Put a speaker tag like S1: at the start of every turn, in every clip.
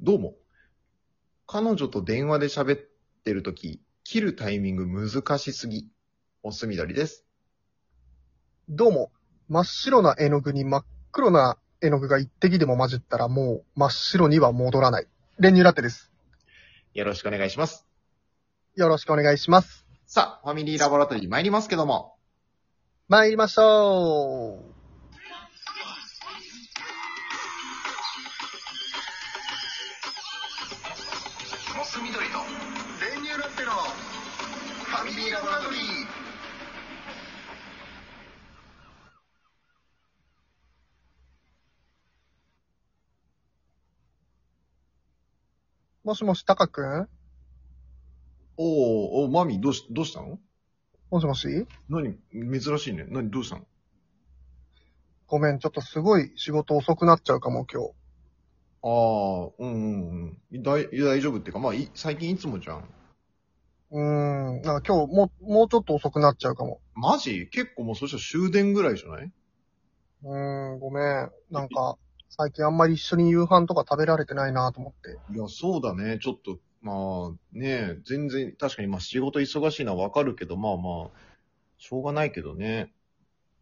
S1: どうも。彼女と電話で喋ってるとき、切るタイミング難しすぎ。おすみどりです。
S2: どうも、真っ白な絵の具に真っ黒な絵の具が一滴でも混じったらもう真っ白には戻らない。練乳ラテです。
S1: よろしくお願いします。
S2: よろしくお願いします。
S1: さあ、ファミリーラボラトリー参りますけども。
S2: 参りましょう。
S1: モスみどりと、練乳ラテの、ファミリーラボラトリー。
S2: もしもし、タカくん
S1: おー、おー、マミ、どうし、どうしたの
S2: もしもし
S1: 何、珍しいね。何、どうしたの
S2: ごめん、ちょっとすごい仕事遅くなっちゃうかも、今日。
S1: あー、うんうんうん。大大丈夫っていうか、まあ、い最近いつもじゃん。
S2: うーん、なんか今日もう、もうちょっと遅くなっちゃうかも。
S1: マジ結構もうそしたら終電ぐらいじゃないう
S2: ーん、ごめん。なんか、最近あんまり一緒に夕飯とか食べられてないなと思って。
S1: いや、そうだね。ちょっと、まあ、ねえ、全然、確かに、まあ、仕事忙しいのはわかるけど、まあまあ、しょうがないけどね。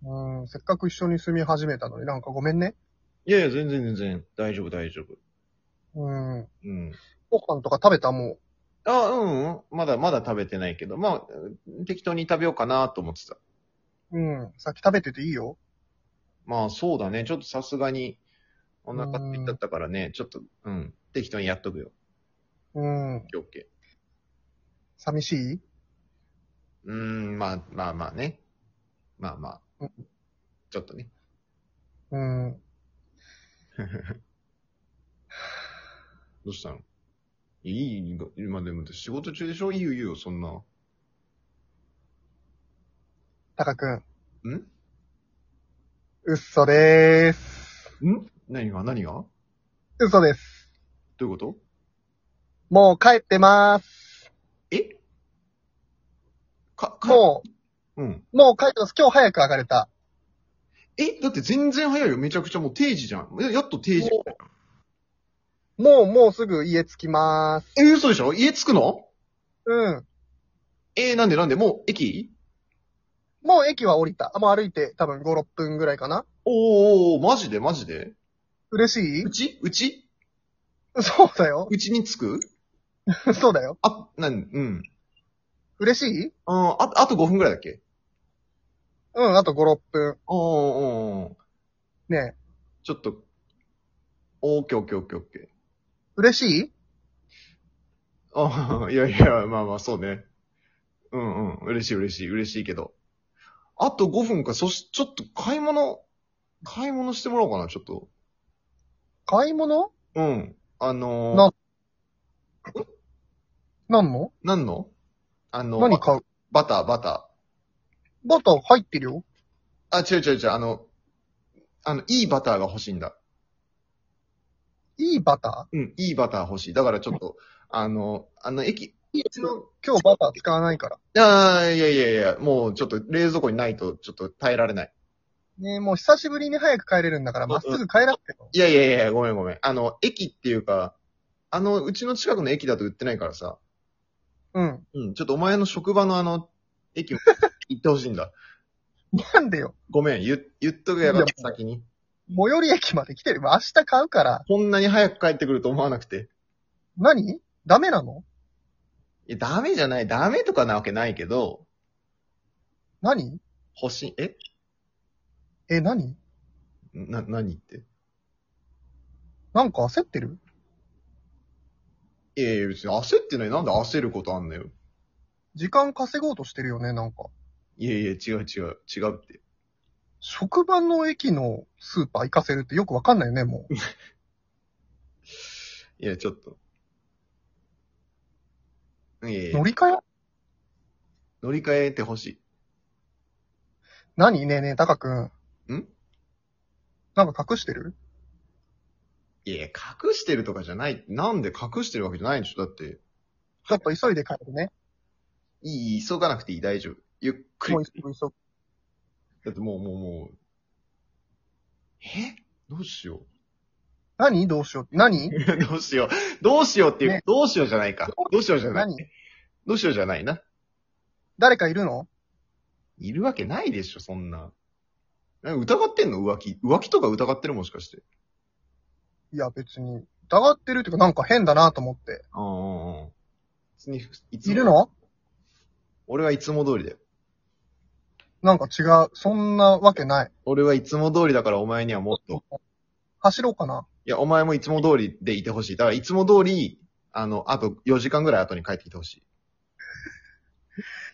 S2: うーん、せっかく一緒に住み始めたのになんかごめんね。
S1: いやいや、全然全然、大丈夫、大丈夫。
S2: うーん、
S1: うん。
S2: ご飯とか食べたもう。
S1: あ、うん、うん。まだ、まだ食べてないけど、まあ、適当に食べようかなと思ってた。
S2: うん。さっき食べてていいよ。
S1: まあ、そうだね。ちょっとさすがに、お腹空いちゃったからね、ちょっと、うん、適当にやっとくよ。
S2: うん。
S1: オッケ
S2: 寂しい
S1: ー。うーん、まあ、まあまあね。まあま
S2: う
S1: あ。ちょっとね。
S2: うん。
S1: どうしたのいいいい、今でも仕事中でしょいいよいいよ、そんな。
S2: タカくん。
S1: ん
S2: 嘘でーす。
S1: ん何が何がど
S2: 嘘です。
S1: ういうこと
S2: もう帰ってまーす。
S1: えか、か、
S2: も
S1: うん。
S2: う、もう帰ってます。今日早く上がれた。
S1: えだって全然早いよ。めちゃくちゃもう定時じゃん。ややっと定時。
S2: もう、もうすぐ家着きまーす。
S1: え、嘘でしょ家着くの
S2: うん。
S1: えなんでなんでもう駅
S2: もう駅は降りた。あもう歩いて多分5、6分ぐらいかな。
S1: おーおーおー、マジでマジで
S2: 嬉しいう
S1: ちうち
S2: そうだよ。
S1: うちに着く
S2: そうだよ。
S1: あ、なん、うん。
S2: 嬉しい
S1: あーあ、あと5分ぐらいだっけ
S2: うん、あと5、6分。
S1: おーおーおー
S2: ねえ。
S1: ちょっと、オッケーオッケーオッケーオッケー。
S2: 嬉しい
S1: ああ、いやいや、まあまあ、そうね。うんうん、嬉しい嬉しい、嬉しいけど。あと5分か、そし、ちょっと買い物、買い物してもらおうかな、ちょっと。
S2: 買い物
S1: うん。あのー、
S2: な何の
S1: 何のあの、
S2: 何買う
S1: バター、バタ
S2: バター入ってるよ。
S1: ー。あ、違う違う違う、あの、あの、いいバターが欲しいんだ。
S2: いいバタ
S1: うん、いいバター欲しい。だからちょっと、あの、あの、駅、
S2: ー
S1: ちの、
S2: 今日バター使わないから。
S1: あーいやいやいや、もうちょっと冷蔵庫にないと、ちょっと耐えられない。
S2: ねえ、もう久しぶりに早く帰れるんだから、
S1: うん
S2: まっすぐ帰らなくても。
S1: いやいやいや、ごめんごめん。あの、駅っていうか、あの、うちの近くの駅だと売ってないからさ。
S2: うん。
S1: うん、ちょっとお前の職場のあの、駅も 行ってほしいんだ。
S2: なんでよ。
S1: ごめん、言、言っとくや
S2: い
S1: ば
S2: や、
S1: 先に。
S2: 最寄り駅まで来てる。明日買うから。
S1: こんなに早く帰ってくると思わなくて。
S2: 何ダメなの
S1: いや、ダメじゃない。ダメとかなわけないけど、
S2: 何
S1: 欲しい、え
S2: え、何
S1: な、何言って。
S2: なんか焦ってる
S1: いやいや、別に焦ってない。なんで焦ることあんのよ。
S2: 時間稼ごうとしてるよね、なんか。
S1: いやいや、違う違う、違うって。
S2: 職場の駅のスーパー行かせるってよくわかんないよね、もう。
S1: いや、ちょっと。いやいや
S2: 乗、り換え
S1: 乗り換えてほしい。
S2: 何ねえねえ、タカ君。
S1: ん
S2: なんか隠してる
S1: いや、隠してるとかじゃない。なんで隠してるわけじゃないでしょだって。
S2: ちょっと急いで帰るね。
S1: いい、急がなくていい、大丈夫。ゆっくり
S2: もう。急ぐ急ぐ。
S1: だってもう、もう、もう。えどうしよう。
S2: 何どうしよう。何
S1: どうしよう。どうしようっていう、
S2: ね
S1: どうしようじゃないか。どうしようじゃない。
S2: 何
S1: どうしようじゃないな。
S2: 誰かいるの
S1: いるわけないでしょ、そんな。なんか疑ってんの浮気。浮気とか疑ってるもしかして。
S2: いや、別に。疑ってるっていうか、なんか変だなと思って。
S1: うんうんうん。別に、いつも
S2: いるの
S1: 俺はいつも通りだよ。
S2: なんか違う。そんなわけない。
S1: 俺はいつも通りだからお前にはもっと。
S2: 走ろうかな。
S1: いや、お前もいつも通りでいてほしい。だからいつも通り、あの、あと4時間ぐらい後に帰ってきてほしい。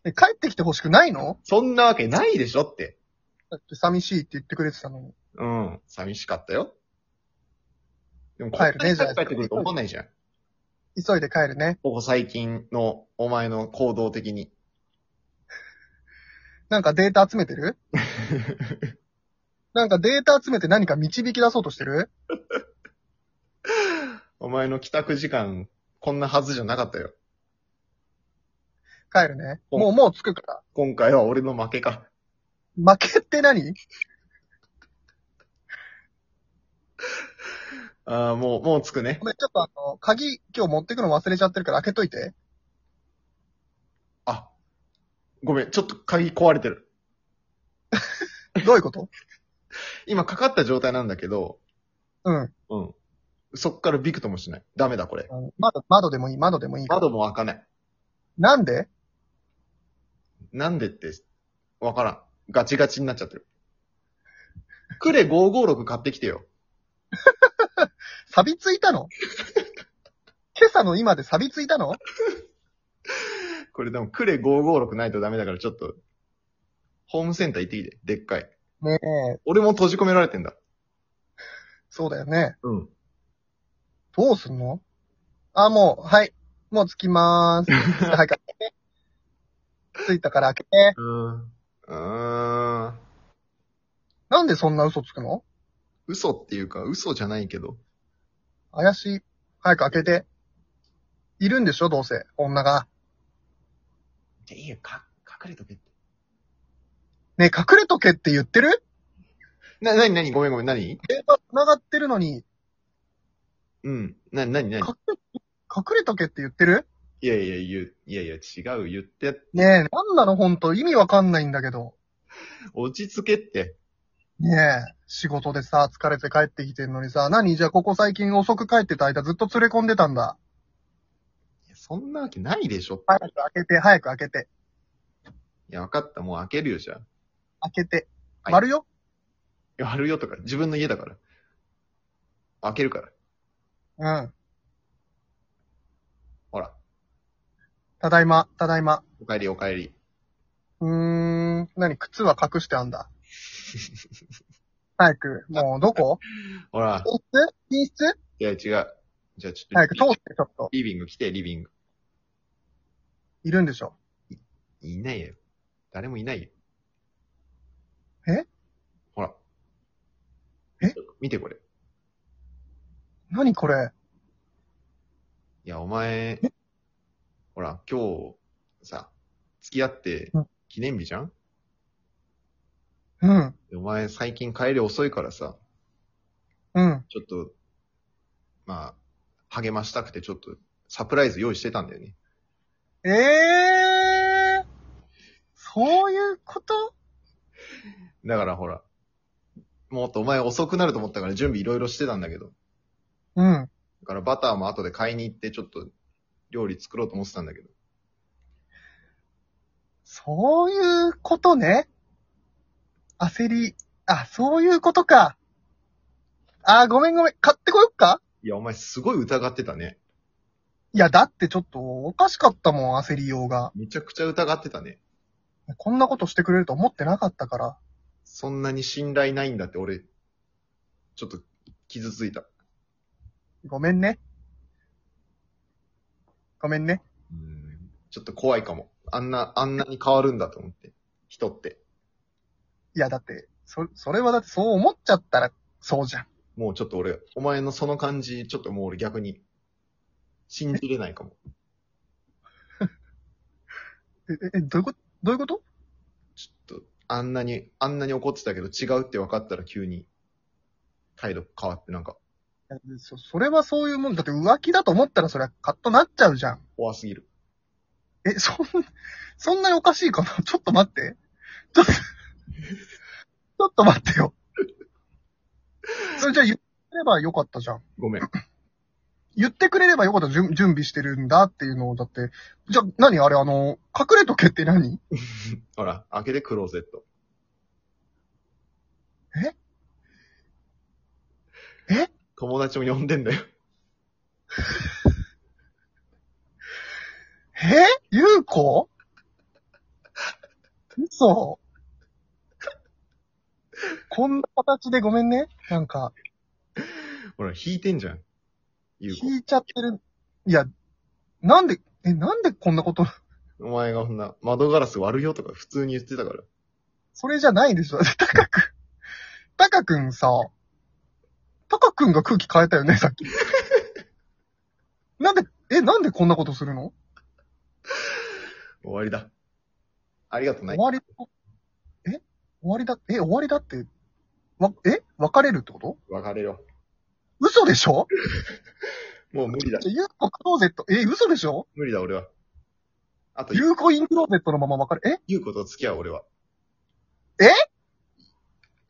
S2: え帰ってきてほしくないの
S1: そんなわけないでしょって。
S2: だって寂しいって言ってくれてたのに。
S1: うん。寂しかったよ。でも、
S2: 帰
S1: こん
S2: るね
S1: なに早く帰ってくると思わないじゃん。
S2: 急いで帰るね。
S1: ここ最近のお前の行動的に。
S2: なんかデータ集めてるなんかデータ集めて何か導き出そうとしてる
S1: お前の帰宅時間、こんなはずじゃなかったよ。
S2: 帰るね。
S1: うん
S2: もう、もう着くか
S1: 今回は俺の負けか。
S2: ら。負けって何
S1: ああ、もう、もう着くね
S2: ご。めん、ちょっとあの、鍵今日持ってくの忘れちゃってるから開けといて。
S1: あ、ごめん、ちょっと鍵壊れてる。
S2: どういうこと
S1: 今かかった状態なんだけど、
S2: うん。
S1: うん。そっからビクともしない。ダメだ、これ。
S2: 窓、窓でもいい、窓でもいいから。
S1: 窓も開かない。
S2: なんで
S1: なんでって、わからん。ガチガチになっちゃってる。クレ556買ってきてよ。
S2: 錆びついたの今朝の今で錆びついたの
S1: これでもクレ556ないとダメだからちょっと、ホームセンター行ってきて、でっかい。
S2: ねえ、
S1: 俺も閉じ込められてんだ。
S2: そうだよね。
S1: うん。
S2: どうすんのあ、もう、はい。もう着き まーす。はい、開けて。着いたから開けて。
S1: うん。うーん。
S2: なんでそんな嘘つくの
S1: 嘘っていうか、嘘じゃないけど。
S2: 怪しい。早く開けて。いるんでしょどうせ、女が。
S1: じゃ、いいよ、か、隠れとけって。
S2: ねえ、隠れとけって言ってる
S1: な、なになにごめんごめん、なに
S2: 電話繋がってるのに、
S1: うん。な、なになに
S2: 隠れ、隠れとけって言ってる
S1: いやいや、言う、いやいや、違う、言って、
S2: ねえ、なんなのほんと、意味わかんないんだけど。
S1: 落ち着けって。
S2: ねえ、仕事でさ、疲れて帰ってきてんのにさ、何じゃあここ最近遅く帰ってた間ずっと連れ込んでたんだ。
S1: いやそんなわけないでしょ。
S2: 早く開けて、早く開けて、
S1: いや、わかった、もう開けるよ、じゃあ。い
S2: 開けて。
S1: はい
S2: 割るよ、
S1: や、割るよとか、自分の家だから。開けるから。
S2: うん。
S1: ほら、
S2: ただいま、ただいま。
S1: お帰りお帰り。
S2: うーん、何靴は隠してあんだ。早く、もうどこ
S1: ほら、
S2: 寝室寝室
S1: いや、違う。じゃあ、ちょ
S2: 早
S1: っ
S2: く通
S1: と、
S2: してちょっと。
S1: リビング来て、リビング。
S2: いるんでしょ
S1: いないよ。誰もいないよ。
S2: え
S1: ほら。
S2: え
S1: 見てこれ。
S2: 何これ
S1: いや、お前、ほら、今日、さ、付き合って
S2: うん、
S1: 記念日じゃん
S2: うん、
S1: でお前、最近帰り遅いからさ、
S2: うん。
S1: ちょっと、まあ、励ましたくて、ちょっと、サプライズ用意してたんだよね。
S2: ええー、そういうこと
S1: だからほら、もっとお前遅くなると思ったから準備いろいろしてたんだけど、
S2: うん。
S1: だからバターも後で買いに行って、ちょっと、料理作ろうと思ってたんだけど。
S2: そういうことね。焦り。あ、そういうことか。あー、ごめんごめん。買ってこよっか
S1: いや、お前すごい疑ってたね。
S2: いや、だってちょっとおかしかったもん、焦りようが。
S1: めちゃくちゃ疑ってたね。
S2: こんなことしてくれると思ってなかったから。
S1: そんなに信頼ないんだって俺、ちょっと傷ついた。
S2: ごめんね。ごめんね。
S1: うんちょっと怖いかも。あんな、あんなに変わるんだと思って。人って。
S2: いや、だって、そ、それはだってそう思っちゃったら、そうじゃん。
S1: もうちょっと俺、お前のその感じ、ちょっともう俺逆に、信じれないかも。
S2: え、ええ、どういうことどういうこと
S1: ちょっと、あんなに、あんなに怒ってたけど違うって分かったら急に、態度変わってなんか、
S2: そそれはそういうもんだって浮気だと思ったらそれはカッとなっちゃうじゃん。
S1: 怖すぎる。
S2: え、そん、そんなにおかしいかなちょっと待って。ちょっと、ちょっと待ってよ。それじゃあ言ってくればよかったじゃん。
S1: ごめ ん。
S2: 言ってくれればよかった。準準備してるんだっていうのを、だって。じゃあ、何あれあの、隠れとけって何
S1: ほら、開けてクローゼット。
S2: ええ
S1: 友達も呼んでんだよ。
S2: えゆうこ嘘こんな形でごめんね。なんか、
S1: ほら、引いてんじゃん。ゆう
S2: 聞いちゃってる。いや、なんで、え、なんでこんなこと、
S1: こ。お前がほんな、窓ガラス割るよとか普通に言ってたから。
S2: それじゃないでしょ。 たかく、たかくんさ、たかくんが空気変えたよね、さっき。なんで、え、なんでこんなことするの
S1: 終わりだ。ありがとうな
S2: 終
S1: い。
S2: わり、え終わりだ、え、終わりだって、わ、え別れるってこと
S1: 別れろ。
S2: 嘘でしょ
S1: もう無理だ。
S2: じゃ、ゆうこクローゼット、え、嘘でしょ
S1: 無理だ、俺は。あと、
S2: ゆうこインクローゼットのまま別れ、え
S1: ゆうこと付き合う、俺は。
S2: え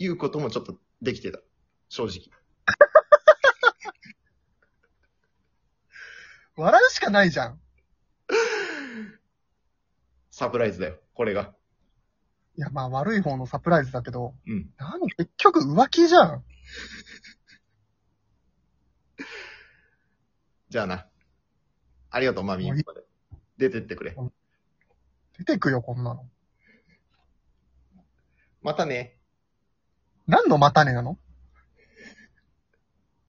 S1: ゆうこともちょっとできてた。正直。
S2: 笑うしかないじゃん。
S1: サプライズだよ、これが。
S2: いや、まあ悪い方のサプライズだけど、
S1: うん。
S2: 何結局浮気じゃん。
S1: じゃあな。ありがとう、マミー
S2: もういい
S1: まで。出てってくれ。
S2: 出てくよ、こんなの。
S1: またね。
S2: 何のまたねなの